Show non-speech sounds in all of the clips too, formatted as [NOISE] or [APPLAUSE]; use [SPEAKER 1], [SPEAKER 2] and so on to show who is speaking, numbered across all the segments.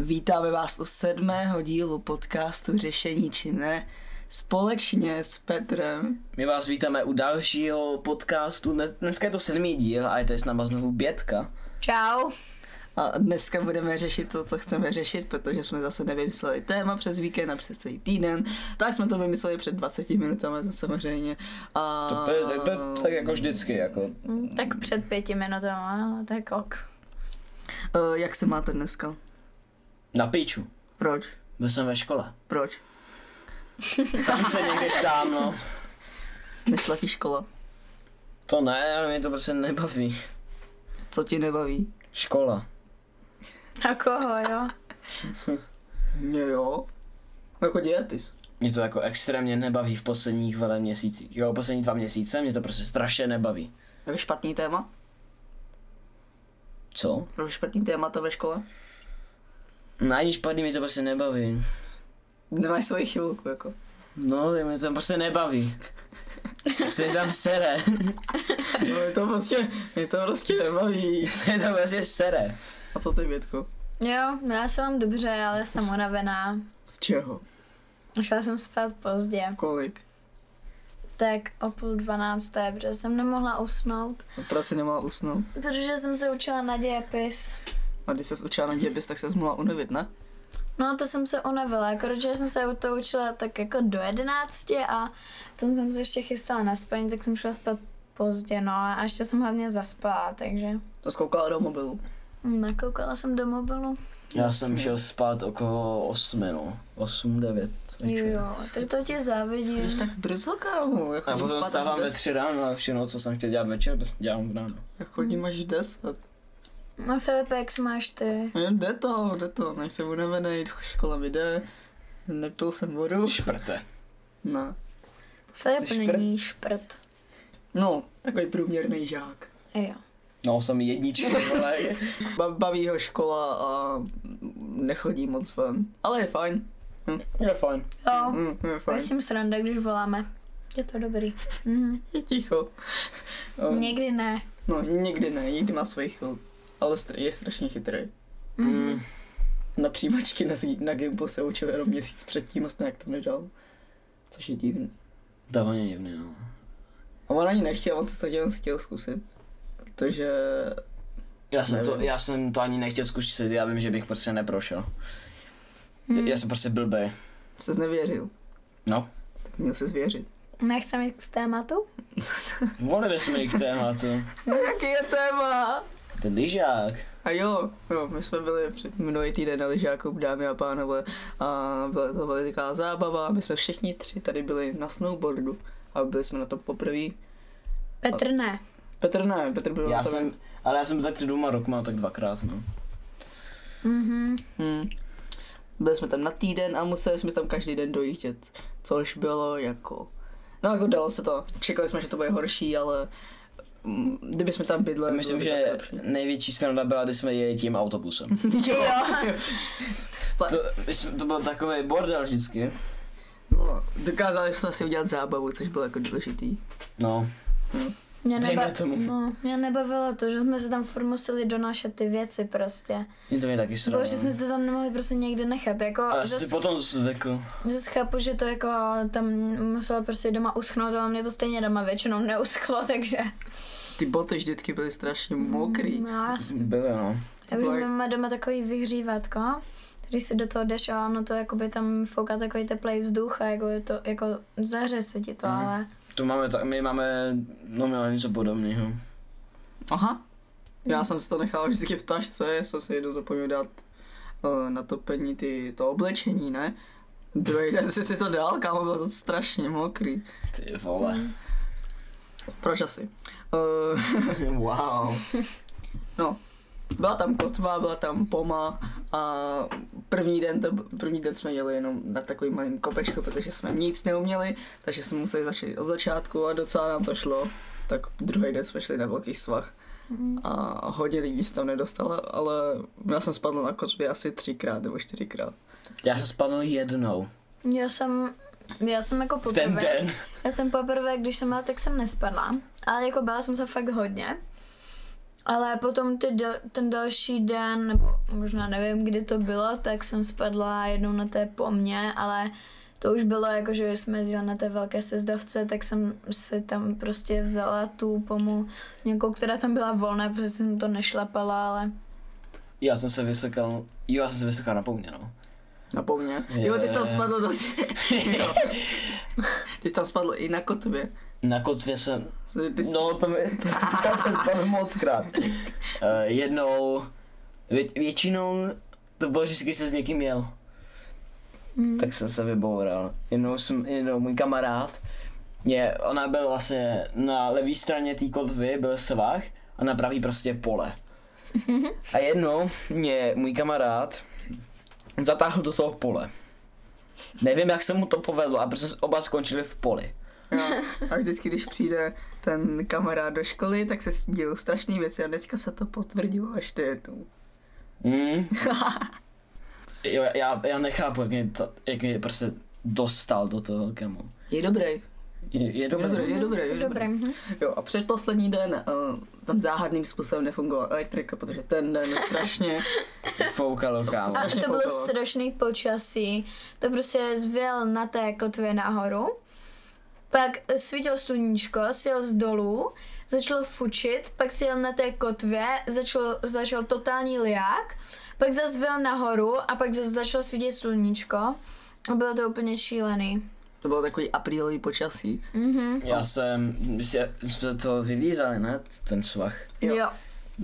[SPEAKER 1] Vítáme vás u sedmého dílu podcastu Řešení či ne společně s Petrem.
[SPEAKER 2] My vás vítáme u dalšího podcastu. Dnes- Dneska je to sedmý díl a je tady s náma znovu Bětka.
[SPEAKER 3] Čau.
[SPEAKER 1] A dneska budeme řešit to, co chceme řešit, protože jsme zase nevymysleli téma přes víkend a přes celý týden. Tak jsme to vymysleli před 20 minutami to samozřejmě. A...
[SPEAKER 2] To je- to je- to je tak jako vždycky, jako.
[SPEAKER 3] Tak před pěti minutama, no, tak ok.
[SPEAKER 1] Eh, Jak se máte dneska?
[SPEAKER 2] Na piču.
[SPEAKER 1] Proč?
[SPEAKER 2] Byl jsem ve škole.
[SPEAKER 1] Proč?
[SPEAKER 2] Tam se někde ptám, no.
[SPEAKER 1] Nešla ti škola?
[SPEAKER 2] To ne, ale mě to prostě nebaví.
[SPEAKER 1] Co ti nebaví?
[SPEAKER 2] Škola.
[SPEAKER 3] Na koho, jo?
[SPEAKER 1] Mě jo. Jako dějepis.
[SPEAKER 2] Mě to jako extrémně nebaví v posledních vele měsících. Jo, poslední dva měsíce mě to prostě strašně nebaví.
[SPEAKER 1] Jako špatný téma?
[SPEAKER 2] Co?
[SPEAKER 1] Jako špatný témata ve škole?
[SPEAKER 2] No ani špatný mě to prostě nebaví.
[SPEAKER 1] Nemáš svoji chvilku, jako.
[SPEAKER 2] No, mě to prostě nebaví. Prostě tam sere. [LAUGHS]
[SPEAKER 1] No, je to prostě, mě to prostě nebaví.
[SPEAKER 2] Mě to prostě sere.
[SPEAKER 1] A co ty, Větko?
[SPEAKER 3] Jo, no já se mám dobře, ale jsem unavená.
[SPEAKER 1] Z čeho?
[SPEAKER 3] Šla jsem spát pozdě,
[SPEAKER 1] Kolik?
[SPEAKER 3] tak o půl dvanácté, protože jsem nemohla usnout,
[SPEAKER 1] Opravdu si nemohla usnout.
[SPEAKER 3] protože jsem se učila na dějepis.
[SPEAKER 1] A když se učila na děbis, tak se mohla unavit, ne?
[SPEAKER 3] No to jsem se unavila, jako, protože jsem se to učila tak jako do jedenácti a tam jsem se ještě chystala na spaní, tak jsem šla spát pozdě, no a ještě jsem hlavně zaspala, takže
[SPEAKER 1] To skoukala do mobilu.
[SPEAKER 3] nakoukala jsem do mobilu.
[SPEAKER 2] Já jsem šel spát okolo 8, no. 8, 9.
[SPEAKER 3] Jo, takže to ti závidím.
[SPEAKER 1] Jsi tak brzo, kámo. Já
[SPEAKER 2] A
[SPEAKER 1] chodím
[SPEAKER 2] potom
[SPEAKER 1] spát
[SPEAKER 2] stávám
[SPEAKER 1] až
[SPEAKER 2] ve
[SPEAKER 1] deset.
[SPEAKER 2] 3 ráno a všechno, co jsem chtěl dělat večer, dělám v ráno.
[SPEAKER 1] Já chodím až 10.
[SPEAKER 3] No Filipe, jak se máš ty?
[SPEAKER 1] No, Jde to, jde to. Nejsem unavený, škola mi jde. Nepil jsem vodu.
[SPEAKER 2] Šprte.
[SPEAKER 1] Ne.
[SPEAKER 3] Filip
[SPEAKER 2] Jsi
[SPEAKER 3] není šprt.
[SPEAKER 1] No, takový průměrný žák.
[SPEAKER 3] Jo.
[SPEAKER 2] No, jsem [LAUGHS] jedničky, ale
[SPEAKER 1] Ba- Baví ho škola a nechodí moc ven. Ale je fajn.
[SPEAKER 2] je fajn.
[SPEAKER 3] Jo,
[SPEAKER 1] Mm, je fajn.
[SPEAKER 3] No. prosím sranda, když voláme. Je to dobrý. Mhm.
[SPEAKER 1] Je ticho. Um,
[SPEAKER 3] Někdy ne.
[SPEAKER 1] No, nikdy ne, nikdy má svoji chvilku. Ale str- je strašně chytrý.
[SPEAKER 3] Mhm.
[SPEAKER 1] Mhm.
[SPEAKER 2] Mm.
[SPEAKER 1] Na přijímačky na, zí- na Gimbu se učil jenom měsíc předtím a snad to nedal. Což je divný.
[SPEAKER 2] To je hodně divný, no.
[SPEAKER 1] A on ani nechtěl, on se to jen chtěl zkusit. Protože...
[SPEAKER 2] Já jsem, to,
[SPEAKER 1] Nevím.
[SPEAKER 2] já jsem to ani nechtěl zkusit, já vím, že bych prostě neprošel.
[SPEAKER 1] Mhm.
[SPEAKER 3] Mm.
[SPEAKER 2] Já jsem prostě blbý.
[SPEAKER 1] se nevěřil.
[SPEAKER 2] No.
[SPEAKER 1] Tak měl se zvěřit.
[SPEAKER 3] Nechcem jít k tématu?
[SPEAKER 2] Volili bychom jich tématu.
[SPEAKER 1] No, Jaký je téma?
[SPEAKER 2] Ten lyžák.
[SPEAKER 1] A jo, jo, my jsme byli před minulý týden na lyžáku, dámy a pánové, a byla to veliká zábava. My jsme všichni tři tady byli na snowboardu a byli jsme na to poprvé.
[SPEAKER 3] Petr ne.
[SPEAKER 1] Petr ne, Petr byl na
[SPEAKER 2] Já
[SPEAKER 1] tom...
[SPEAKER 2] jsem, ale já jsem byl tak před dvěma rokma, tak dvakrát, no.
[SPEAKER 3] Mhm.
[SPEAKER 1] Hmm. Byli jsme tam na týden a museli jsme tam každý den dojíždět, což bylo jako... No jako dalo se to, čekali jsme, že to bude horší, ale mm, kdyby jsme tam bydleli,
[SPEAKER 2] Myslím,
[SPEAKER 1] bylo by
[SPEAKER 2] že
[SPEAKER 1] to asi
[SPEAKER 2] největší sranda byla, když jsme jeli tím autobusem.
[SPEAKER 1] lepší. [LAUGHS] jo. Sta-
[SPEAKER 2] To, my jsme, to byl takový bordel vždycky.
[SPEAKER 1] no, dokázali jsme si udělat zábavu, což bylo jako důležitý.
[SPEAKER 2] No,
[SPEAKER 3] Mě,
[SPEAKER 2] Dejme tomu.
[SPEAKER 3] No, mě nebavilo to, že jsme se tam furt museli donášet ty věci prostě.
[SPEAKER 2] mě to mě taky
[SPEAKER 3] Bylo,
[SPEAKER 2] sralo.
[SPEAKER 3] že jsme se to tam nemohli prostě někde nechat. Jako,
[SPEAKER 2] A já jsem
[SPEAKER 3] zas-
[SPEAKER 2] si potom jako- zvykl.
[SPEAKER 3] Zase chápu, že to jako tam musela prostě doma uschnout, ale mě to stejně doma většinou neuschlo, [LAUGHS] takže...
[SPEAKER 1] Ty boty vždycky byly strašně mokrý.
[SPEAKER 3] No,
[SPEAKER 2] Bylo, no.
[SPEAKER 3] takže
[SPEAKER 1] Black.
[SPEAKER 3] my máme doma takový vyhřívátko, když si do toho jdeš a ono to jakoby tam fouká takový teplej vzduch a jako je to, jako zahře se ti to,
[SPEAKER 2] Mhm.
[SPEAKER 3] ale...
[SPEAKER 2] To máme tak, my máme, no měla něco podobného.
[SPEAKER 1] Aha. Já jsem si to nechal vždycky v tašce, já jsem si jednou zapomněl dát uh, na topení ty, to oblečení, ne? Druhý den [LAUGHS] jsi si to dal, kámo, bylo to strašně mokrý.
[SPEAKER 2] Ty vole.
[SPEAKER 1] Proč asi? Uh,
[SPEAKER 2] Mm. [LAUGHS] wow.
[SPEAKER 1] no, byla tam kotva, byla tam poma a první den, to, první den jsme jeli jenom na takový malým kopečku, protože jsme nic neuměli, takže jsme museli začít od začátku a docela nám to šlo. Tak druhý den jsme šli na velký svah a hodně lidí se tam nedostalo, ale já jsem spadl na kotvě asi třikrát nebo čtyřikrát.
[SPEAKER 2] Já jsem spadl jednou.
[SPEAKER 3] Já jsem, já jsem jako
[SPEAKER 2] V
[SPEAKER 3] poprvé...
[SPEAKER 2] ten den.
[SPEAKER 3] Já jsem poprvé, když jsem byla, tak jsem nespadla, ale jako byla jsem se fakt hodně. Ale potom ty del, ten další den, nebo možná nevím, kdy to bylo, tak jsem spadla jednou na té pomě, ale to už bylo jako, že jsme jezdili na té velké sezdovce, tak jsem si tam prostě vzala tu pomu nějakou, která tam byla volná, protože jsem to nešlapala, ale
[SPEAKER 2] Já jsem se vysekal, jo, já jsem se vysekal na poumě, no.
[SPEAKER 1] Napomně. Jo, ty jsi tam
[SPEAKER 2] Je.
[SPEAKER 1] spadl do
[SPEAKER 2] [LAUGHS]
[SPEAKER 1] [LAUGHS] jo. Ty jsi tam spadl i na kotvě.
[SPEAKER 2] Na kotvě jsem,
[SPEAKER 1] Ty jsi...
[SPEAKER 2] no [LAUGHS] tam, je- tam jsem spadl moc krát. Eh, jednou, vě, většinou to bylo vždycky, když jsem s někým jel.
[SPEAKER 1] Hmm.
[SPEAKER 3] Mm.
[SPEAKER 2] Tak jsem se vyboural. Jednou, jsem, jednou můj kamarád, je, ona byl vlastně na levé straně té kotvy, byl svah a na pravý
[SPEAKER 1] [LAUGHS]
[SPEAKER 2] prostě pole. A jednou mě můj kamarád zatáhl do toho pole. Nevím, jak se mu to povedlo, a prostě oba skončili v poli.
[SPEAKER 1] Jo. A vždycky, když přijde ten kamarád do školy, tak se dějou strašné věci a dneska se to potvrdilo až ty jednou. [LAUGHS]
[SPEAKER 2] Mm. jo, já, já nechápu, jak mě, to, jak mě prostě dostal do toho kemu.
[SPEAKER 1] Je dobrý.
[SPEAKER 2] Je, je dobré.
[SPEAKER 1] dobrý. Je dobré, je
[SPEAKER 3] Mhm,
[SPEAKER 1] dobré.
[SPEAKER 3] mhm.
[SPEAKER 1] Jo, a předposlední den uh, tam záhadným způsobem nefungovala elektrika, protože ten den strašně
[SPEAKER 2] Foukalo kámo.
[SPEAKER 3] A
[SPEAKER 1] strašně
[SPEAKER 3] to bylo
[SPEAKER 1] koukala.
[SPEAKER 3] strašný počasí. To prostě zvěl na té kotvě nahoru, pak svítilo sluníčko, sjel z dolů, začalo fučit, pak sjel na té kotvě, začal, začal totální liák, pak zase vyjel nahoru a pak zase začalo svítit sluníčko. A bylo to úplně šílený.
[SPEAKER 1] To bylo takový aprílový počasí.
[SPEAKER 3] Mhm.
[SPEAKER 2] Já jsem, my si- jsme to vylízali, ne? Ten svah.
[SPEAKER 1] Jo.
[SPEAKER 3] Jo. jo.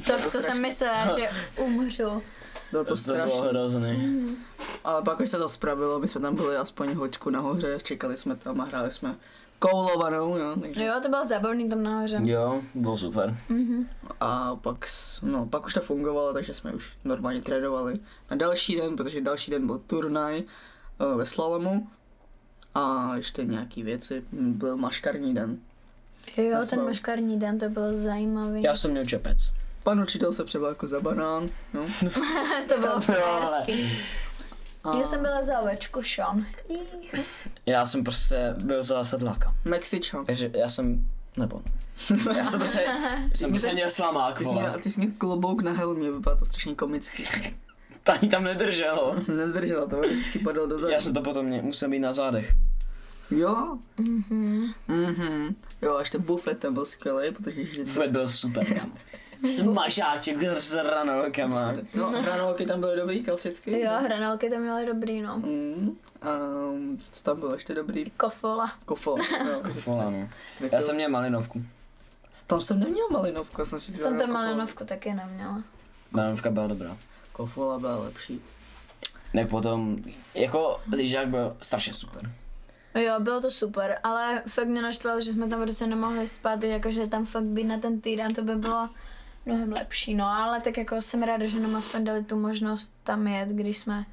[SPEAKER 3] To,
[SPEAKER 1] To
[SPEAKER 3] to,
[SPEAKER 1] strašný.
[SPEAKER 3] jsem myslela, že umřu.
[SPEAKER 1] Bylo to
[SPEAKER 2] To bylo
[SPEAKER 1] strašné. Mm.
[SPEAKER 2] hrozný.
[SPEAKER 1] Ale pak už se to spravilo, my jsme tam byli aspoň hoďku nahoře, čekali jsme tam a hráli jsme koulovanou, jo, takže
[SPEAKER 3] Jo, to bylo zábavný tam nahoře.
[SPEAKER 2] Jo, bylo super.
[SPEAKER 1] Mm.
[SPEAKER 3] Mhm.
[SPEAKER 1] a pak, s- no, pak už to fungovalo, takže jsme už normálně tradovali na další den, protože další den byl turnaj eh, ve slalomu a ještě nějaký věci, Hm, byl maškarní den.
[SPEAKER 3] Jo,
[SPEAKER 1] Já jsem-
[SPEAKER 3] ten maškarní den, to bylo zajímavý.
[SPEAKER 2] Já jsem měl čepec.
[SPEAKER 1] Pan učitel se přebyl jako za banán, no.
[SPEAKER 3] [LAUGHS] to bylo
[SPEAKER 2] Jo, ale-
[SPEAKER 3] frajerský.
[SPEAKER 1] A
[SPEAKER 3] Já jsem byla za ovečku Sean.
[SPEAKER 2] Já jsem prostě byl za sedláka.
[SPEAKER 1] Mexičan.
[SPEAKER 2] Takže já jsem, nebo [LAUGHS] já jsem prostě, jsem prostě měl slamák,
[SPEAKER 1] Ty jsi, měl,
[SPEAKER 2] vole.
[SPEAKER 1] ty jsi měl klobouk na helmě, vypadá to strašně komicky. [LAUGHS]
[SPEAKER 2] To ani tam nedrželo.
[SPEAKER 1] Nedržela to, vždycky padal dozadu.
[SPEAKER 2] Já jsem to potom mě, musel být na zádech.
[SPEAKER 1] Jo,
[SPEAKER 3] Mhm.
[SPEAKER 1] Mhm. Jo, a ještě buflet tam byl skvělý, protože vždycky...
[SPEAKER 2] Fred byl super, kamo. Smažáček s ranolkama.
[SPEAKER 1] No, hranolky tam byly dobrý, klasicky.
[SPEAKER 3] Jo, hranolky to měly dobrý, no.
[SPEAKER 1] Mm, a co tam bylo ještě dobrý?
[SPEAKER 3] Kofola.
[SPEAKER 1] Kofol.
[SPEAKER 3] [LAUGHS]
[SPEAKER 1] jo,
[SPEAKER 2] Kofola, no. Já jsem měl malinovku.
[SPEAKER 1] Tam jsem neměl malinovku, já jsem si
[SPEAKER 3] Jsem tam
[SPEAKER 1] kofola.
[SPEAKER 3] malinovku taky neměla.
[SPEAKER 2] Malinovka byla dobrá.
[SPEAKER 1] Kofola byla lepší.
[SPEAKER 2] Tak potom, jako lyžák byl strašně super.
[SPEAKER 3] Jo, bylo to super, ale fakt mě naštvalo, že jsme tam prostě nemohli spát, jakože tam fakt být na ten týden, to by bylo mnohem lepší, no ale tak jako jsem ráda, že nám aspoň dali tu možnost tam jet, když jsme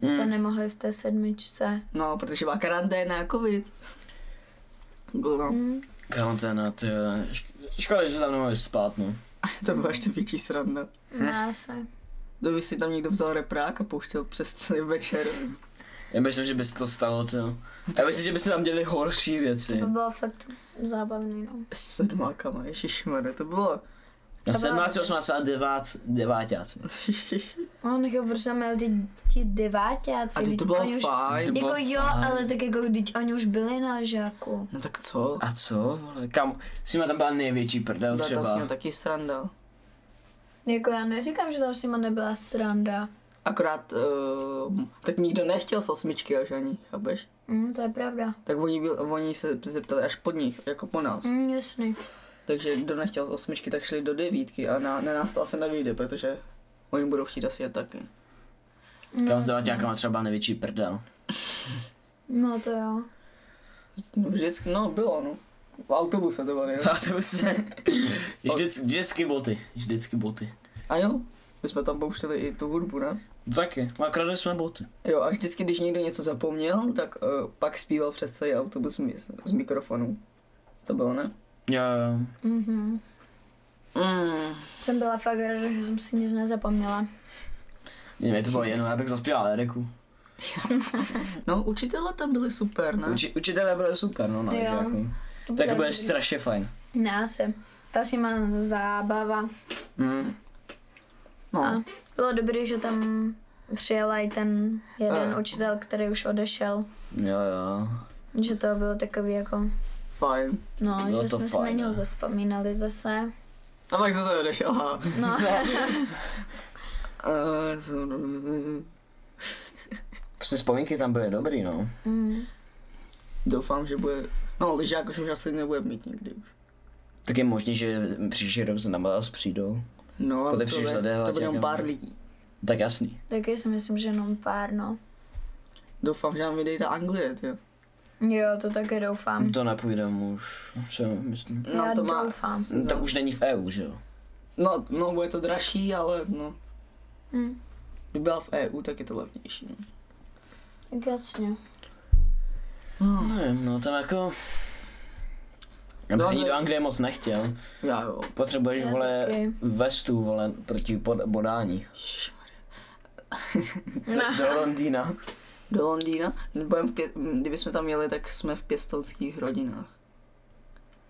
[SPEAKER 3] si
[SPEAKER 1] Hmm.
[SPEAKER 3] to
[SPEAKER 2] Mm.
[SPEAKER 3] nemohli v té sedmičce.
[SPEAKER 1] No, protože byla karanténa a covid. No,
[SPEAKER 3] Mm.
[SPEAKER 2] Karanténa, ty vole. Šk- Škoda, že tam nemohli spát, no.
[SPEAKER 1] to byla ještě větší sranda.
[SPEAKER 3] Já se.
[SPEAKER 1] Kdyby si tam někdo vzal reprák a pouštěl přes celý večer.
[SPEAKER 2] Já myslím, že by se to stalo, co? Já myslím, že by se tam děli horší věci.
[SPEAKER 3] To
[SPEAKER 1] Hmm.
[SPEAKER 3] bylo fakt zábavný, no.
[SPEAKER 1] S sedmákama, ježišmarja, to bylo...
[SPEAKER 2] Na 17, 18 a 9, 9.
[SPEAKER 3] No, nechal, protože tam měli ty, ti deváťáci.
[SPEAKER 1] A teď
[SPEAKER 3] vždyť
[SPEAKER 1] to
[SPEAKER 3] oni
[SPEAKER 1] bylo
[SPEAKER 3] už-
[SPEAKER 1] fajn.
[SPEAKER 2] bylo
[SPEAKER 3] Jako jo,
[SPEAKER 2] fajn.
[SPEAKER 3] ale tak jako když oni už byli na žáku.
[SPEAKER 1] No tak co?
[SPEAKER 2] A co, vole, kam? S nima tam byla největší prdel
[SPEAKER 1] Byla tam s ním
[SPEAKER 2] třeba.
[SPEAKER 1] taky sranda.
[SPEAKER 3] Jako já neříkám, že tam s nima nebyla sranda.
[SPEAKER 1] Akorát, uh, tak nikdo nechtěl z osmičky až ani, chápeš?
[SPEAKER 3] Mm, to je pravda.
[SPEAKER 1] Tak oni, byl, oni se zeptali až pod nich, jako po nás.
[SPEAKER 3] Mm, jasný.
[SPEAKER 1] Takže kdo nechtěl z osmičky, tak šli do devítky a na, na nás to asi nevyjde, protože oni budou chtít asi je taky.
[SPEAKER 3] No,
[SPEAKER 2] Kam s
[SPEAKER 3] jasný.
[SPEAKER 2] deváťákama třeba byla největší prdel.
[SPEAKER 3] no to jo.
[SPEAKER 1] No vždycky, no bylo, no. V autobuse to bylo, ne?
[SPEAKER 2] A to [LAUGHS] se... Vždycky, vždycky boty, vždycky boty.
[SPEAKER 1] A jo, my jsme tam pouštěli i tu hudbu, ne?
[SPEAKER 2] No Taky, a kradli jsme boty.
[SPEAKER 1] Jo, a vždycky, když někdo něco zapomněl, tak uh, pak zpíval přes celý autobus z, mi- z mikrofonu. To bylo, ne?
[SPEAKER 2] Jo, jo.
[SPEAKER 3] Mhm.
[SPEAKER 1] Mm.
[SPEAKER 3] Jsem byla fakt ráda, že jsem si nic nezapomněla.
[SPEAKER 2] Mě to bylo jenom, já bych zaspíval Eriku.
[SPEAKER 1] No, učitele tam byli super, ne?
[SPEAKER 2] Uči, učitelé byli super, no, na
[SPEAKER 3] Jo.
[SPEAKER 2] lyžáku. Tak
[SPEAKER 3] bylo
[SPEAKER 2] to bude
[SPEAKER 3] dobrý.
[SPEAKER 2] strašně fajn.
[SPEAKER 3] Ne, asi. Další mám zábava.
[SPEAKER 2] Mm.
[SPEAKER 1] No.
[SPEAKER 3] A bylo dobré, že tam přijel i ten jeden
[SPEAKER 1] Eh.
[SPEAKER 3] učitel, který už odešel.
[SPEAKER 2] Jo, jo.
[SPEAKER 3] Že to bylo takový jako,
[SPEAKER 1] Fajn.
[SPEAKER 3] no,
[SPEAKER 2] Bylo
[SPEAKER 3] že
[SPEAKER 2] to
[SPEAKER 3] jsme se
[SPEAKER 2] fajn,
[SPEAKER 3] na něho
[SPEAKER 2] ne?
[SPEAKER 3] zaspomínali zase.
[SPEAKER 1] A pak se to odešel, aha.
[SPEAKER 3] No,
[SPEAKER 2] [LAUGHS]
[SPEAKER 1] Eh, z-
[SPEAKER 2] Prostě vzpomínky tam byly dobrý, no.
[SPEAKER 3] mm.
[SPEAKER 1] Doufám, že bude... No, lyžák už, už asi nebude mít nikdy už.
[SPEAKER 2] Tak je možný, že příští rok na vás přijdou.
[SPEAKER 1] No, ale
[SPEAKER 2] To ty
[SPEAKER 1] to,
[SPEAKER 2] přijdeš
[SPEAKER 1] bude-
[SPEAKER 2] zadehovat
[SPEAKER 1] to bude jenom
[SPEAKER 2] nějakou-
[SPEAKER 1] pár lidí.
[SPEAKER 2] Tak jasný.
[SPEAKER 3] taky si myslím, že jenom pár, no.
[SPEAKER 1] Doufám, že nám vydejí ta Anglie, jo.
[SPEAKER 3] Jo, to taky doufám.
[SPEAKER 2] To nepůjde už, si myslím.
[SPEAKER 1] No,
[SPEAKER 3] Já
[SPEAKER 1] to má-
[SPEAKER 3] doufám.
[SPEAKER 2] No, tak už není v EU, že jo?
[SPEAKER 1] No, no, bude to dražší, ale no.
[SPEAKER 3] Mm.
[SPEAKER 1] Kdyby byla v EU, tak je to levnější. no.
[SPEAKER 3] Tak jasně.
[SPEAKER 1] No,
[SPEAKER 2] Nevím, no tam jako...
[SPEAKER 1] No,
[SPEAKER 2] No, ani
[SPEAKER 1] ne-
[SPEAKER 2] do Anglie moc nechtěl.
[SPEAKER 1] já jo.
[SPEAKER 2] Potřebuješ,
[SPEAKER 3] Já
[SPEAKER 2] vole,
[SPEAKER 3] taky.
[SPEAKER 2] vestu, vole, proti pod- bodání.
[SPEAKER 1] Ježišmarja.
[SPEAKER 3] No.
[SPEAKER 2] Do Londýna.
[SPEAKER 1] Do Londýna? Budem v pě- m, kdyby jsme tam jeli, tak jsme v pěstounských rodinách.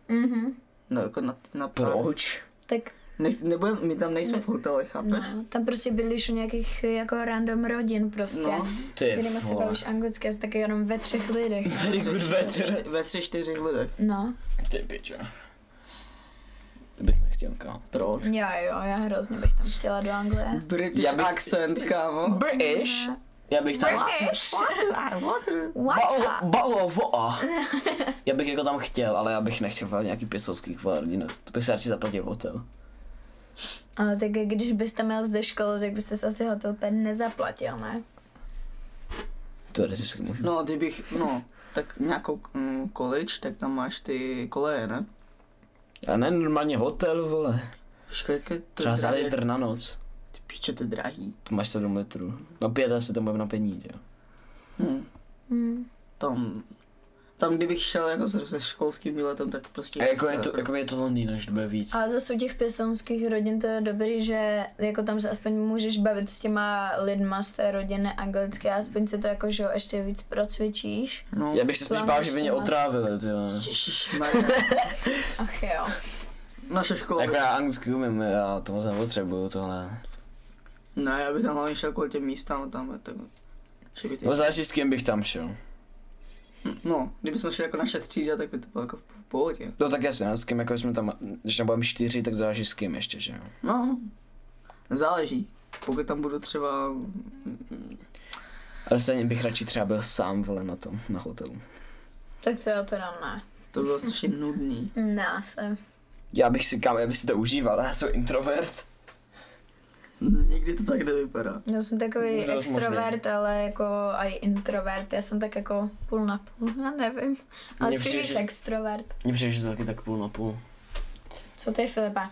[SPEAKER 3] Mhm.
[SPEAKER 1] No, jako na, na pár.
[SPEAKER 2] Proč?
[SPEAKER 3] Tak
[SPEAKER 1] Ne, nebudem, my tam nejsme
[SPEAKER 3] Ne.
[SPEAKER 1] v hotelech, chápeš?
[SPEAKER 3] no, tam prostě bydlíš u nějakých jako random rodin prostě.
[SPEAKER 1] No.
[SPEAKER 3] s
[SPEAKER 2] Ty
[SPEAKER 3] kterými se
[SPEAKER 2] vole.
[SPEAKER 3] bavíš anglicky, asi taky jenom ve třech lidech.
[SPEAKER 2] Very good weather.
[SPEAKER 1] Ve tři, čtyři [LAUGHS] lidech.
[SPEAKER 3] No,
[SPEAKER 2] Ty pičo. To bych nechtěl, kámo.
[SPEAKER 1] Proč?
[SPEAKER 3] já jo, já hrozně bych tam chtěla do Anglie.
[SPEAKER 1] British
[SPEAKER 2] Já bych-
[SPEAKER 1] accent, kámo.
[SPEAKER 2] British? Já bych tam...
[SPEAKER 3] British?
[SPEAKER 1] Water, water.
[SPEAKER 3] What?
[SPEAKER 2] Balovoa. Já bych jako tam chtěl, ale já bych nechtěl vole, nějaký pěstovský kvadrina. To bych se radši zaplatil hotel.
[SPEAKER 3] Ale tak když bys tam jel ze školy, tak bys asi hotel ped nezaplatil, ne?
[SPEAKER 2] To je si můžu.
[SPEAKER 1] No, kdybych, no, tak nějakou mm, college, tak tam máš ty koleje, ne?
[SPEAKER 2] A ne normálně hotel, vole.
[SPEAKER 1] Všechno, jak je to
[SPEAKER 2] Třeba za
[SPEAKER 1] drahé.
[SPEAKER 2] litr na noc.
[SPEAKER 1] Ty píče, to je drahý.
[SPEAKER 2] To máš 7 litrů. No pět asi tam budeme na peníze, jo.
[SPEAKER 1] Hm.
[SPEAKER 3] Hmm.
[SPEAKER 1] Tam, tam kdybych šel jako se, se školským výletem, tak prostě...
[SPEAKER 2] A jako je to, jako je to Londýn, že to bude víc.
[SPEAKER 3] Ale zase u těch pěstounských rodin to je dobrý, že jako tam se aspoň můžeš bavit s těma lidma z té rodiny anglicky, aspoň se to jako, že jo, ještě víc procvičíš.
[SPEAKER 1] No,
[SPEAKER 2] Já bych se spíš
[SPEAKER 3] Plán
[SPEAKER 2] bál, že by mě
[SPEAKER 3] ještě má-
[SPEAKER 2] otrávili, ty jo.
[SPEAKER 1] ježišmarja.
[SPEAKER 3] Ach jo.
[SPEAKER 1] Naše škola...
[SPEAKER 2] Jako já anglicky umím, já to moc nepotřebuju, tohle.
[SPEAKER 1] Ne, já bych tam hlavně šel kvůli těm místám tam, tak... Že by ty...
[SPEAKER 2] No záleží s kým bych tam šel.
[SPEAKER 1] No, kdyby jsme šli jako naše třída, tak by to bylo jako v pohodě.
[SPEAKER 2] No tak jasně, s kým, jako jsme tam, když tam budeme čtyři, tak záleží s kým ještě, že jo.
[SPEAKER 1] No, záleží. Pokud tam budu třeba... mm,
[SPEAKER 2] Ale stejně bych radši třeba byl sám, vole, na tom, na hotelu.
[SPEAKER 3] Tak to já teda ne.
[SPEAKER 1] To bylo strašně nudný.
[SPEAKER 3] Ne, se.
[SPEAKER 2] Já bych si, kam, já bych si to užíval, já jsem introvert.
[SPEAKER 1] Nikdy to tak nevypadá.
[SPEAKER 3] Já jsem takový
[SPEAKER 2] Možná dost
[SPEAKER 3] extrovert, ale jako i introvert. Já jsem tak jako půl na půl, [LAUGHS] já nevím. Ale
[SPEAKER 2] Mně
[SPEAKER 3] spíš
[SPEAKER 2] přijde,
[SPEAKER 3] víc
[SPEAKER 2] že-
[SPEAKER 3] extrovert.
[SPEAKER 2] Mně přijde, že to taky tak půl na půl.
[SPEAKER 3] Co ty, Filipa?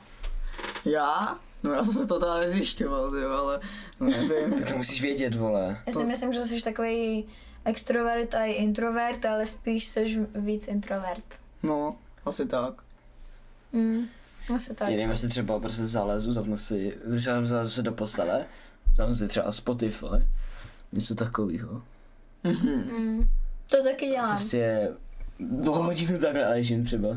[SPEAKER 1] Já? No já jsem se to teda nezjišťoval, jo, ale no, nevím.
[SPEAKER 2] Tak to musíš vědět, vole.
[SPEAKER 3] Já si myslím, že jsi takový extrovert a i introvert, ale spíš jsi víc introvert.
[SPEAKER 1] No, asi tak.
[SPEAKER 3] Mm. Asi tak.
[SPEAKER 2] Nevím, jestli třeba prostě zalezu, zapnu si, třeba zalezu se do postele, zapnu si třeba Spotify, něco takového.
[SPEAKER 1] Mhm.
[SPEAKER 3] Mm. To taky dělám,
[SPEAKER 2] Prostě dlouho hodinu takhle ležím třeba.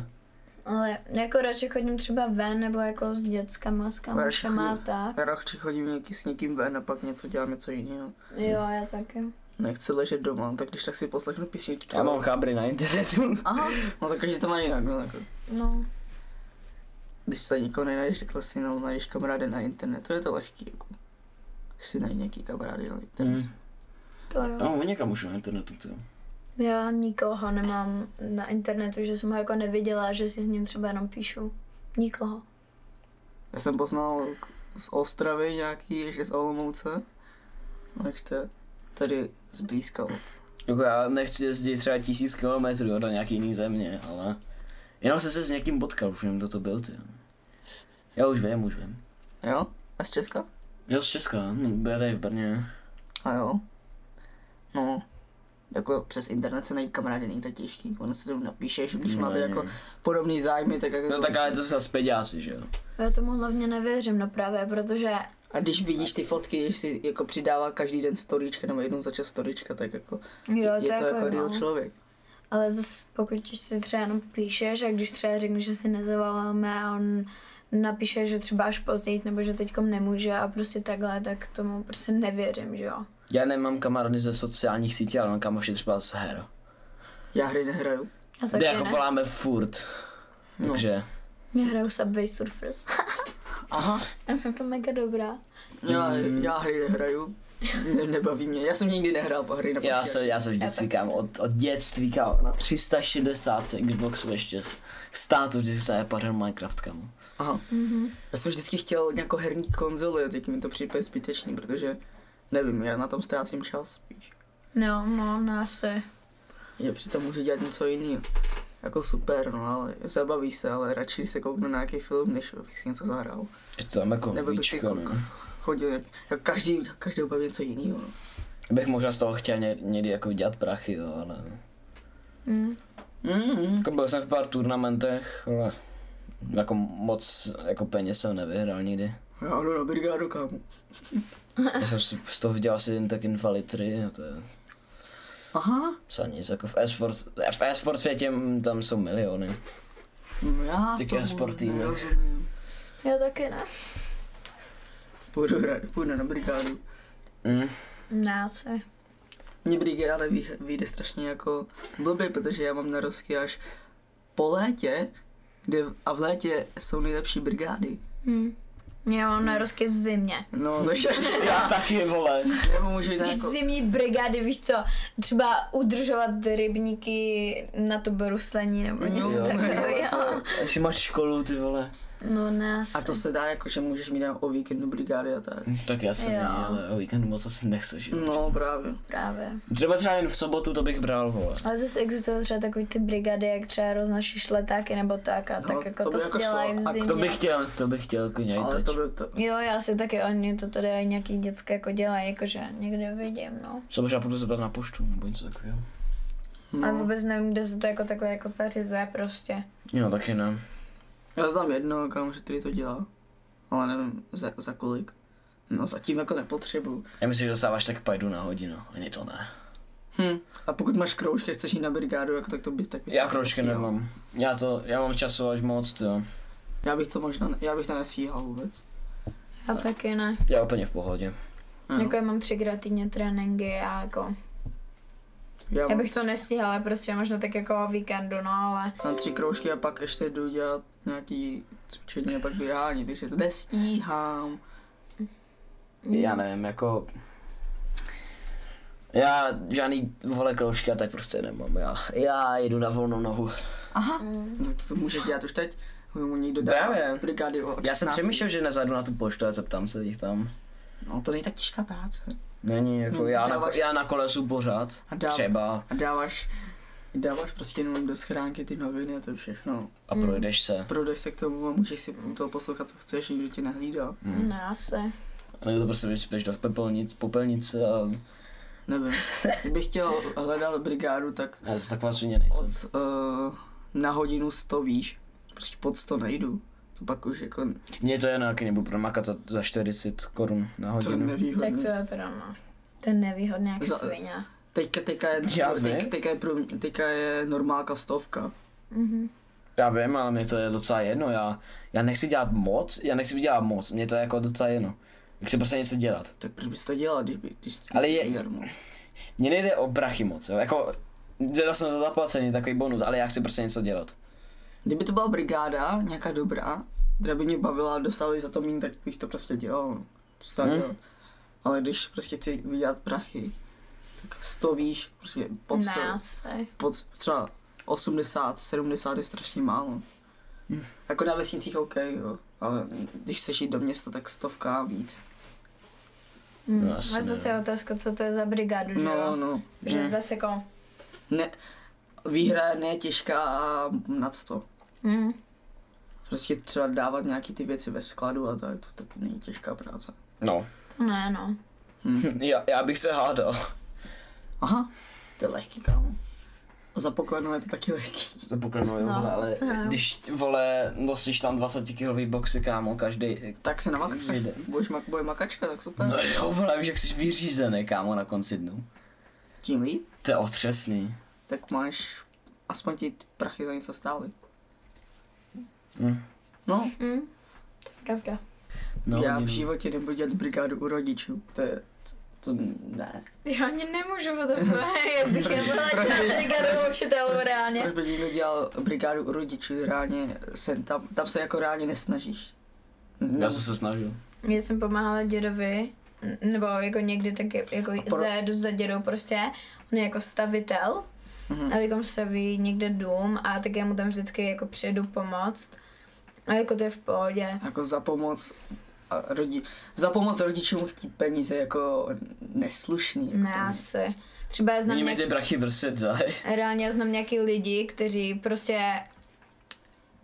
[SPEAKER 3] ale jako radši chodím třeba ven nebo jako s dětskama, s kamošema a
[SPEAKER 1] Radši-
[SPEAKER 3] tak.
[SPEAKER 1] Já radši chodím někdy s někým ven a pak něco dělám něco jiného.
[SPEAKER 3] Jo, já taky.
[SPEAKER 1] Nechci ležet doma, tak když tak si poslechnu písničku.
[SPEAKER 2] Já mám chábry na internetu.
[SPEAKER 1] Aha, no tak každý to má jinak, no jako.
[SPEAKER 3] No.
[SPEAKER 1] Když se nikoho nenajdeš, takhle si no, najdeš kamarády na internetu, je to lehký, jako. Si najít nějaký kamarády na internetu.
[SPEAKER 2] [LAUGHS] Hmm.
[SPEAKER 3] To jo.
[SPEAKER 2] No, někam už na internetu, ty.
[SPEAKER 3] Já nikoho nemám na internetu, že jsem ho jako neviděla, že si s ním třeba jenom píšu. Nikoho.
[SPEAKER 1] Já jsem poznal k- z Ostravy nějaký, ještě z Olomouce. No ještě tady z blízka od.
[SPEAKER 2] Jako já nechci jezdit třeba tisíc kilometrů jo, do nějaký jiný země, ale jenom jsem se s někým potkal, už nevím, kdo to byl, ty. jo. Já už vím, už vím.
[SPEAKER 1] Jo? A z Česka?
[SPEAKER 2] Jo, z Česka, no, byl tady v Brně.
[SPEAKER 1] A jo. No, jako přes internet se najít kamarády není tak těžký. Ono se tam napíšeš, když
[SPEAKER 2] No,
[SPEAKER 1] máte
[SPEAKER 2] ne.
[SPEAKER 1] jako podobný zájmy, tak jako...
[SPEAKER 2] No tak ale to jsou zase pěťáci, že jo.
[SPEAKER 3] Já tomu hlavně nevěřím, no právě, protože
[SPEAKER 1] A když vidíš ty fotky, když si jako přidává každý den storička nebo jednou za čas storička, tak jako
[SPEAKER 3] jo,
[SPEAKER 1] je to jako
[SPEAKER 3] no.
[SPEAKER 1] real člověk.
[SPEAKER 3] Ale zase pokud si třeba jenom píšeš a když třeba řekneš, že si nezavoláme a on napíše, že třeba až později nebo že teďkom nemůže a prostě takhle, tak tomu prostě nevěřím, že jo.
[SPEAKER 2] Já nemám kamarády ze sociálních sítí, ale mám kamoši třeba z her.
[SPEAKER 1] Já hry nehraju.
[SPEAKER 3] Já
[SPEAKER 2] Kde
[SPEAKER 3] taky
[SPEAKER 2] jako
[SPEAKER 3] ne.
[SPEAKER 2] voláme furt.
[SPEAKER 1] No.
[SPEAKER 2] Takže
[SPEAKER 3] Já hraju Subway Surfers. [LAUGHS]
[SPEAKER 1] Aha,
[SPEAKER 3] já jsem tam mega dobrá.
[SPEAKER 1] já,
[SPEAKER 2] Mm.
[SPEAKER 1] já hry nehraju. Ne, nebaví mě. Já jsem nikdy nehrál po hry na
[SPEAKER 2] já
[SPEAKER 1] počítači.
[SPEAKER 2] se, já se vždycky kam od, od dětství kam na 360 Xboxu ještě z- státu, vždycky jsem nepadl Minecraft kam.
[SPEAKER 1] Aha.
[SPEAKER 3] Mhm.
[SPEAKER 1] Já jsem vždycky chtěl nějakou herní konzoli, a teď mi to přijde zbytečný, protože nevím, já na tom ztrácím čas spíš.
[SPEAKER 3] No, no, no asi.
[SPEAKER 1] Je přitom můžu dělat něco jiného. Jako super, no ale zabaví se, ale radši se kouknu na nějaký film, než bych si něco zahrál.
[SPEAKER 2] Je to tam jako
[SPEAKER 1] Nebo bych si
[SPEAKER 2] víčko,
[SPEAKER 1] koukal.
[SPEAKER 2] no.
[SPEAKER 1] Chodil, jak, jak každý, každý baví něco jiného. No.
[SPEAKER 2] Bych možná z toho chtěl ně, někdy jako dělat prachy, jo, ale...
[SPEAKER 3] Mm.
[SPEAKER 1] Mm-hmm.
[SPEAKER 2] Jako byl jsem v pár turnamentech, ale jako moc jako peněz jsem nevyhrál nikdy.
[SPEAKER 1] Já jdu na brigádu, kámo.
[SPEAKER 2] Já jsem si z toho viděl asi jen tak invalidry, a to je
[SPEAKER 1] Aha,
[SPEAKER 2] za nic, jako v e-sport, v e-sport světě mm, tam jsou miliony.
[SPEAKER 1] no já
[SPEAKER 2] Ty
[SPEAKER 1] tomu
[SPEAKER 2] sportýny.
[SPEAKER 1] nerozumím.
[SPEAKER 3] Já taky ne.
[SPEAKER 1] Půjdu, hrát, půjdu na brigádu.
[SPEAKER 2] Mm.
[SPEAKER 3] Ne, asi.
[SPEAKER 1] Mně Brigger ale vy- vyjde strašně jako blbě, protože já mám narosky až po létě, kde a v létě jsou nejlepší brigády.
[SPEAKER 3] Hm. Já mám narosky v zimě.
[SPEAKER 1] [LAUGHS] No, takže
[SPEAKER 2] Já taky, vole.
[SPEAKER 1] nebo můžeš dát
[SPEAKER 3] Víš,
[SPEAKER 1] jako...
[SPEAKER 3] zimní brigády, víš co, třeba udržovat rybníky na to bruslení nebo
[SPEAKER 1] Jo,
[SPEAKER 3] [LAUGHS] něco
[SPEAKER 2] jo,
[SPEAKER 1] jo,
[SPEAKER 3] takového.
[SPEAKER 2] Až máš školu, ty vole.
[SPEAKER 3] No ne, asi.
[SPEAKER 1] A to se dá jako, že můžeš mít jen o víkendu brigády a tak.
[SPEAKER 2] Hm, Tak já se
[SPEAKER 3] Jo.
[SPEAKER 2] ne, ale o víkendu moc asi nechceš. jo.
[SPEAKER 1] No, právě.
[SPEAKER 3] právě.
[SPEAKER 2] Třeba třeba jen v sobotu to bych bral, vole.
[SPEAKER 3] Ale zase existují třeba takový ty brigády, jak třeba roznašíš letáky nebo tak a
[SPEAKER 1] No,
[SPEAKER 3] tak jako
[SPEAKER 1] to
[SPEAKER 3] to,
[SPEAKER 1] by
[SPEAKER 3] to
[SPEAKER 1] jako
[SPEAKER 3] jako dělají v
[SPEAKER 1] šlo. A
[SPEAKER 3] zimě.
[SPEAKER 2] To bych chtěl, to bych chtěl jako nějak
[SPEAKER 1] Ale
[SPEAKER 2] teď.
[SPEAKER 1] to by to...
[SPEAKER 3] Jo, já si taky, oni to tady aj nějaký děcka jako dělají, jakože někde vidím, no.
[SPEAKER 2] Co možná půjdu zebrat na poštu, nebo něco takového.
[SPEAKER 3] A
[SPEAKER 1] No.
[SPEAKER 3] vůbec nevím, kde se to jako takhle jako zařizuje prostě.
[SPEAKER 2] Jo, taky ne.
[SPEAKER 1] Já znám jednoho kámoše, který to dělá. Ale nevím, za, za kolik. No, zatím jako nepotřebuju.
[SPEAKER 2] Já myslím, že dostáváš tak pajdu na hodinu, ani to ne.
[SPEAKER 1] Hm. A pokud máš kroužky, chceš jít na brigádu, jako tak to bys tak
[SPEAKER 2] Já kroužky nemám. Já to, já mám času až moc, jo.
[SPEAKER 1] Já bych to možná, já bych to nesíhal vůbec.
[SPEAKER 3] Já taky ne.
[SPEAKER 2] Já úplně v pohodě.
[SPEAKER 1] Jo.
[SPEAKER 3] Jako já mám třikrát týdně tréninky a jako... Já
[SPEAKER 1] mám-
[SPEAKER 3] bych to nestíhala prostě možná tak jako o víkendu, no ale...
[SPEAKER 1] na tři kroužky a pak ještě jdu dělat nějaký cvičení a pak běhání, takže to nestíhám.
[SPEAKER 2] Já nevím, jako... Já žádný vole kroužky a tak prostě nemám, já, já jdu na volnou nohu.
[SPEAKER 1] Aha.
[SPEAKER 3] Mm.
[SPEAKER 1] No, To, to můžeš dělat už teď, mu někdo dá
[SPEAKER 2] Právě.
[SPEAKER 1] brigády o
[SPEAKER 2] Já jsem
[SPEAKER 1] 16.
[SPEAKER 2] přemýšlel, že nezajdu na tu poštu a zeptám se jich tam.
[SPEAKER 1] No to není tak těžká práce.
[SPEAKER 2] Není, jako
[SPEAKER 1] Hm,
[SPEAKER 2] já, na,
[SPEAKER 1] dáváš-
[SPEAKER 2] já na kolesu pořád,
[SPEAKER 1] A dám-
[SPEAKER 2] třeba,
[SPEAKER 1] A dáváš, dáváš prostě jenom do schránky ty noviny a to je všechno.
[SPEAKER 2] a projdeš se.
[SPEAKER 1] Prodej se k tomu a můžeš si u toho poslouchat, co chceš, nikdo ti nehlídá.
[SPEAKER 2] Mhm.
[SPEAKER 3] Ne, asi.
[SPEAKER 2] A nebo Hmm. to prostě vyspěš do popelnic, popelnice a...
[SPEAKER 1] Nevím.
[SPEAKER 2] [LAUGHS]
[SPEAKER 1] Kdybych chtěl hledat brigádu, tak
[SPEAKER 2] Já to taková svině nejsem.
[SPEAKER 1] od uh, na hodinu 100 víš. Prostě pod 100 nejdu. To pak už jako,
[SPEAKER 2] Mně to je jedno, jaký nebudu promakat za, za 40 korun na
[SPEAKER 1] to je
[SPEAKER 2] hodinu.
[SPEAKER 1] nevýhodné.
[SPEAKER 3] Tak to je teda no. To je nevýhodné jak
[SPEAKER 1] Za-
[SPEAKER 3] svině.
[SPEAKER 1] Teďka, teďka, je,
[SPEAKER 2] Já
[SPEAKER 1] teď-
[SPEAKER 2] vím.
[SPEAKER 1] teďka, je, pro, teďka je normálka stovka.
[SPEAKER 3] Mhm.
[SPEAKER 2] Já vím, ale mě to je docela jedno, já, já nechci dělat moc, já nechci dělat moc, mě to je jako docela jedno. Chci prostě něco dělat.
[SPEAKER 1] Tak proč bys to dělal, když by... Když,
[SPEAKER 2] Ale
[SPEAKER 1] když
[SPEAKER 2] je-
[SPEAKER 1] to dělal, no.
[SPEAKER 2] Mně nejde o brachy moc, jo, jako... Dělal jsem to zaplacený, takový bonus, ale já chci prostě něco dělat.
[SPEAKER 1] Kdyby to byla brigáda, nějaká dobrá, která by mě bavila a dostali za to mín, tak bych to prostě dělal. no. Co se dá
[SPEAKER 2] Hmm.
[SPEAKER 3] Mhm.
[SPEAKER 1] dělat? Ale když prostě chci vydělat prachy, tak 100 víš, prostě pod 100,
[SPEAKER 3] Ne, asi.
[SPEAKER 1] pod třeba 80, 70 je strašně málo.
[SPEAKER 3] Mhm.
[SPEAKER 1] Jako na vesnicích OK, jo, ale když chceš jít do města, tak stovka a víc.
[SPEAKER 3] Mm.
[SPEAKER 2] No, asi
[SPEAKER 3] Ale zase je otázka, co to je za brigádu, že
[SPEAKER 1] No,
[SPEAKER 3] jo?
[SPEAKER 1] no.
[SPEAKER 3] Že
[SPEAKER 2] Mm.
[SPEAKER 3] zase jako...
[SPEAKER 1] Ne, výhra ne je těžká a nad to.
[SPEAKER 3] Mm.
[SPEAKER 1] Prostě třeba dávat nějaký ty věci ve skladu a tak, to taky není těžká práce.
[SPEAKER 2] No.
[SPEAKER 3] To ne, no.
[SPEAKER 2] [LAUGHS] Já, já bych se hádal.
[SPEAKER 1] Aha, to je lehký, kámo. Za pokladnou je to taky lehký.
[SPEAKER 2] To poklenu, jo,
[SPEAKER 3] No.
[SPEAKER 2] vole, ale
[SPEAKER 3] No.
[SPEAKER 2] když, vole, nosíš tam 20 kilový boxy, kámo, každý.
[SPEAKER 1] Tak se namakáš,
[SPEAKER 2] Jde.
[SPEAKER 1] budeš mak, bude makačka, tak super.
[SPEAKER 2] No jo, vole, víš, jak jsi vyřízený, kámo, na konci dnu.
[SPEAKER 1] Tím líp,
[SPEAKER 2] To je otřesný.
[SPEAKER 1] tak máš aspoň ti prachy za něco stály.
[SPEAKER 2] Hm.
[SPEAKER 1] No,
[SPEAKER 3] Hm? To je pravda.
[SPEAKER 1] no já v
[SPEAKER 2] hodně.
[SPEAKER 1] životě nebudu dělat brigádu u rodičů, to je, to, to ne.
[SPEAKER 3] Já ani nemůžu o tom já bych nebyla
[SPEAKER 1] Proč-
[SPEAKER 3] dělat učitelů reálně.
[SPEAKER 1] Proč by někdo dělal brigádu u rodičů, reálně se, tam, tam se jako reálně nesnažíš.
[SPEAKER 2] Já jsem se snažil.
[SPEAKER 3] Já jsem pomáhala dědovi, n- nebo jako někdy tak je- jako
[SPEAKER 1] pro-
[SPEAKER 3] zajedu za dědou prostě, on je jako stavitel,
[SPEAKER 1] Mhm.
[SPEAKER 3] a jako staví někde dům a tak já mu tam vždycky jako přijedu pomoct. A jako to je v pohodě.
[SPEAKER 1] Jako za pomoc a rodi, za pomoc rodičům chtít peníze jako neslušný. jako
[SPEAKER 3] Ne, asi. Třeba já znám
[SPEAKER 2] Mě
[SPEAKER 3] nějak...
[SPEAKER 2] ty prachy prostě dali.
[SPEAKER 3] reálně já znám nějaký lidi, kteří prostě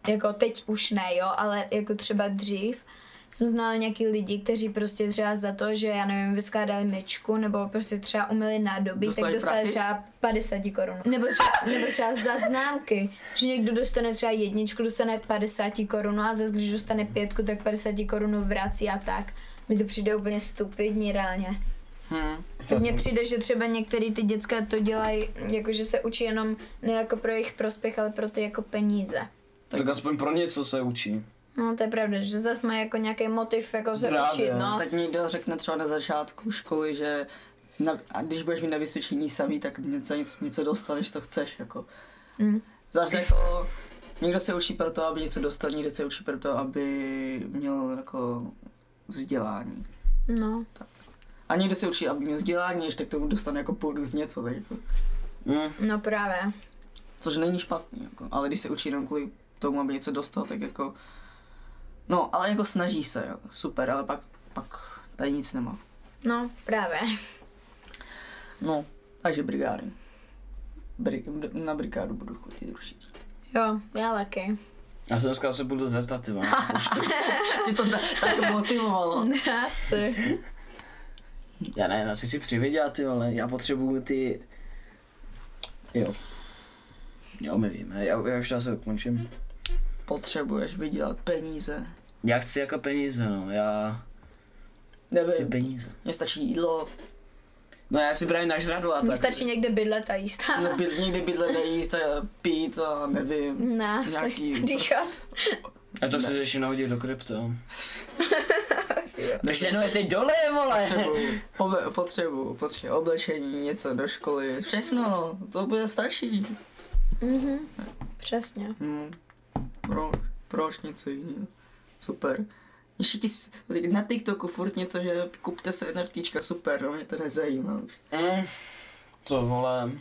[SPEAKER 3] jako teď už ne, jo, ale jako třeba dřív jsem znala nějaký lidi, kteří prostě třeba za to, že já nevím, vyskládali myčku nebo prostě třeba umyli nádoby,
[SPEAKER 1] Dostali
[SPEAKER 3] tak dostali
[SPEAKER 1] prachy?
[SPEAKER 3] třeba 50 korun. Nebo třeba, nebo třeba za známky, že někdo dostane třeba jedničku, dostane 50 korun a zase když dostane pětku, tak 50 korun vrací a tak. Mi to přijde úplně stupidní reálně.
[SPEAKER 1] Hm.
[SPEAKER 3] Tak Mně přijde, že třeba některé ty děcka to dělají, jakože se učí jenom ne jako pro jejich prospěch, ale pro ty jako peníze.
[SPEAKER 2] Tak, tak aspoň pro něco se učí.
[SPEAKER 3] No to je pravda, že zase má jako nějaký motiv jako se
[SPEAKER 2] Právě,
[SPEAKER 3] učit, no.
[SPEAKER 1] Tak někdo řekne třeba na začátku školy, že na, a když budeš mít na vysvědčení samý, tak něco, něco, něco dostaneš, co chceš. Jako.
[SPEAKER 3] Mm.
[SPEAKER 1] Zase jako, někdo se učí pro to, aby něco dostal, někdo se učí pro to, aby měl jako vzdělání.
[SPEAKER 3] No,
[SPEAKER 1] A někdo se učí, aby měl vzdělání, ještě k tomu dostane jako půl z něco, tak jako,
[SPEAKER 2] Hm.
[SPEAKER 3] no právě.
[SPEAKER 1] což není špatný. Jako. Ale když se učí jenom kvůli tomu, aby něco dostal, tak jako, no, ale jako snaží se, jo. super, ale pak, pak tady nic nemá.
[SPEAKER 3] No, právě.
[SPEAKER 1] No, takže brigády. Bri- br- na brigádu budu chodit určitě.
[SPEAKER 3] Jo, já taky.
[SPEAKER 2] Já jsem dneska se budu zeptat, ty vole.
[SPEAKER 1] Ty to ta- tak motivovalo.
[SPEAKER 3] [LAUGHS] Asi.
[SPEAKER 1] No,
[SPEAKER 2] Já nevím, asi si přivěděl, ty vole. Já potřebuju ty... Jo. Jo, my víme, já, já už to asi ukončím.
[SPEAKER 1] Potřebuješ vydělat peníze.
[SPEAKER 2] Já chci jako peníze, no, já chci
[SPEAKER 1] Nevím,
[SPEAKER 2] peníze.
[SPEAKER 1] mně stačí jídlo,
[SPEAKER 2] No já chci právě nažradovat,
[SPEAKER 3] Mně
[SPEAKER 2] tak...
[SPEAKER 3] stačí někde bydlet a jíst.
[SPEAKER 1] no, by, někdy bydlet a jíst a pít a nevím.
[SPEAKER 3] [LAUGHS] Ne, asi.
[SPEAKER 1] Nějaký-
[SPEAKER 3] Dýchat.
[SPEAKER 2] A to chceš ještě nahodit do krypto. [LAUGHS] Takže no je teď dole, vole!
[SPEAKER 1] Potřebuju, obe, potřebuju, potřebuju oblečení, něco do školy, všechno, to bude stačí.
[SPEAKER 3] Mhm. Přesně.
[SPEAKER 1] Hmm. Proč, proč něco jiného? Super. Ještě ti s- na TikToku furt něco, že kupte se NFTčka, super, no mě to nezajímá už.
[SPEAKER 2] Mm. Co vole?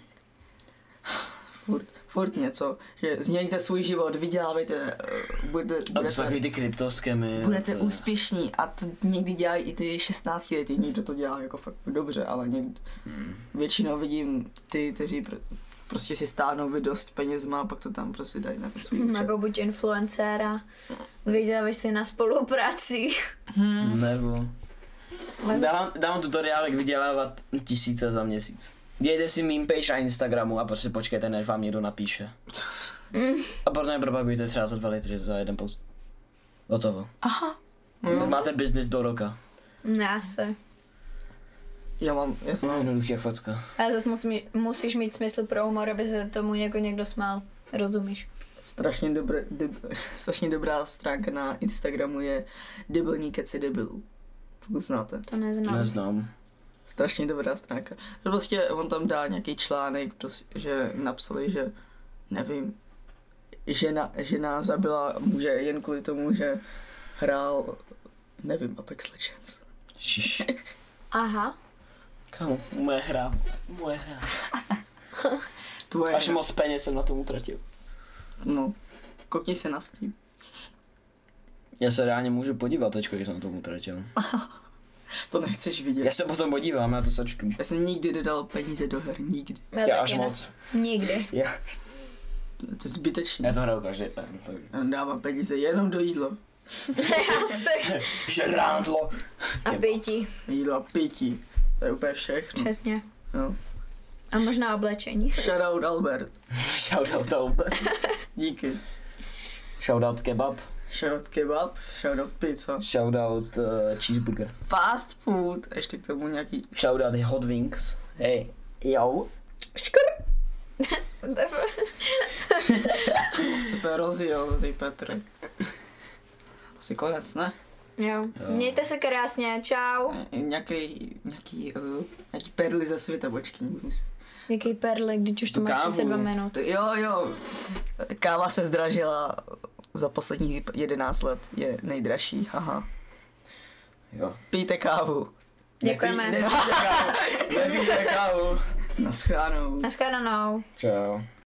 [SPEAKER 1] furt, furt něco, že změníte svůj život, vydělávejte, eh, bude,
[SPEAKER 2] A to jsou
[SPEAKER 1] budete,
[SPEAKER 2] takový ty kryptoskemy.
[SPEAKER 1] budete
[SPEAKER 2] no to-
[SPEAKER 1] úspěšní a to někdy dělají i ty 16 lety, někdo to dělá jako fakt dobře, ale někdy, většinou vidím ty, kteří pr- prostě si stáhnou vy dost penězma a pak to tam prostě dají na ten svůj účet.
[SPEAKER 3] Hmm, Nebo buď influencéra. Vydělávají si na spolupráci.
[SPEAKER 2] Hmm. Nebo.
[SPEAKER 3] Ale zas-
[SPEAKER 2] Dávám, dávám tutoriál, jak vydělávat tisíce za měsíc. Dějte si meme page na Instagramu a prostě počkejte, než vám někdo napíše.
[SPEAKER 3] Mm.
[SPEAKER 2] A potom je propagujte třeba za dva litry za jeden post. Hotovo.
[SPEAKER 1] Aha.
[SPEAKER 2] No.
[SPEAKER 1] No,
[SPEAKER 2] Máte biznis do roka.
[SPEAKER 3] Ne, asi.
[SPEAKER 1] já mám, já
[SPEAKER 2] No,
[SPEAKER 1] jsem,
[SPEAKER 2] jednoduchý jak facka.
[SPEAKER 3] Ale zase musí, musíš mít smysl pro humor, aby se tomu jako někdo smál. Rozumíš?
[SPEAKER 1] strašně, dobré, deb, [LAUGHS] strašně dobrá stránka na Instagramu je debilní keci debilů, pokud znáte.
[SPEAKER 3] To neznám.
[SPEAKER 2] Neznám.
[SPEAKER 1] Strašně dobrá stránka. Že Prostě on tam dá nějaký článek, prostě, že napsali, že nevím, žena, žena zabila muže jen kvůli tomu, že hrál, nevím, Apex Legends.
[SPEAKER 2] Šiš.
[SPEAKER 3] Aha.
[SPEAKER 2] Kamo, moje hra. Moje hra.
[SPEAKER 1] Tvoje,
[SPEAKER 2] Až moc peněz jsem na tom utratil.
[SPEAKER 1] no, koukni se na Steam.
[SPEAKER 2] Já se reálně můžu podívat teď, když jsem na tom utratil.
[SPEAKER 1] To nechceš vidět.
[SPEAKER 2] Já se potom podívám, já to sečtu.
[SPEAKER 1] Já jsem nikdy nedal peníze do her, nikdy.
[SPEAKER 3] Já,
[SPEAKER 2] Já
[SPEAKER 3] taky
[SPEAKER 2] až
[SPEAKER 3] ne.
[SPEAKER 2] moc.
[SPEAKER 3] [LAUGHS] Nikdy.
[SPEAKER 2] Já.
[SPEAKER 1] To je zbytečné.
[SPEAKER 2] Já to hraju každý den, takže...
[SPEAKER 1] Já Dávám peníze jenom do jídla.
[SPEAKER 2] [LAUGHS]
[SPEAKER 3] Asi.
[SPEAKER 2] Žrádlo!
[SPEAKER 3] A pití,
[SPEAKER 1] Jídlo a pití. To je úplně všechno.
[SPEAKER 3] přesně.
[SPEAKER 1] No.
[SPEAKER 3] A možná oblečení. [LAUGHS]
[SPEAKER 1] Shoutout Albert.
[SPEAKER 2] [LAUGHS] Shoutout Albert.
[SPEAKER 1] Díky.
[SPEAKER 2] Shoutout kebab.
[SPEAKER 1] Shoutout kebab, shoutout pizza.
[SPEAKER 2] Shoutout uh, cheeseburger.
[SPEAKER 1] fast food, ještě k tomu nějaký
[SPEAKER 2] Shoutout Hot Wings. Hej. Jo. Škr.
[SPEAKER 1] Super rozjel, ty Petr. Asi konec, ne? E,
[SPEAKER 3] jo. Mějte se krásně, čau.
[SPEAKER 1] Nějaký, nějaký, uh, nějaký perly ze světa, počkej. musím-
[SPEAKER 3] Jaký perly, když už to máš 32 minut.
[SPEAKER 1] Jo, jo. Káva se zdražila za posledních 11 let. Je nejdražší, haha.
[SPEAKER 2] Jo.
[SPEAKER 1] Pijte kávu.
[SPEAKER 3] Děkujeme.
[SPEAKER 2] Nepijte kávu. Nepijte kávu.
[SPEAKER 1] Naschránou.
[SPEAKER 3] Naschledanou.
[SPEAKER 2] Čau.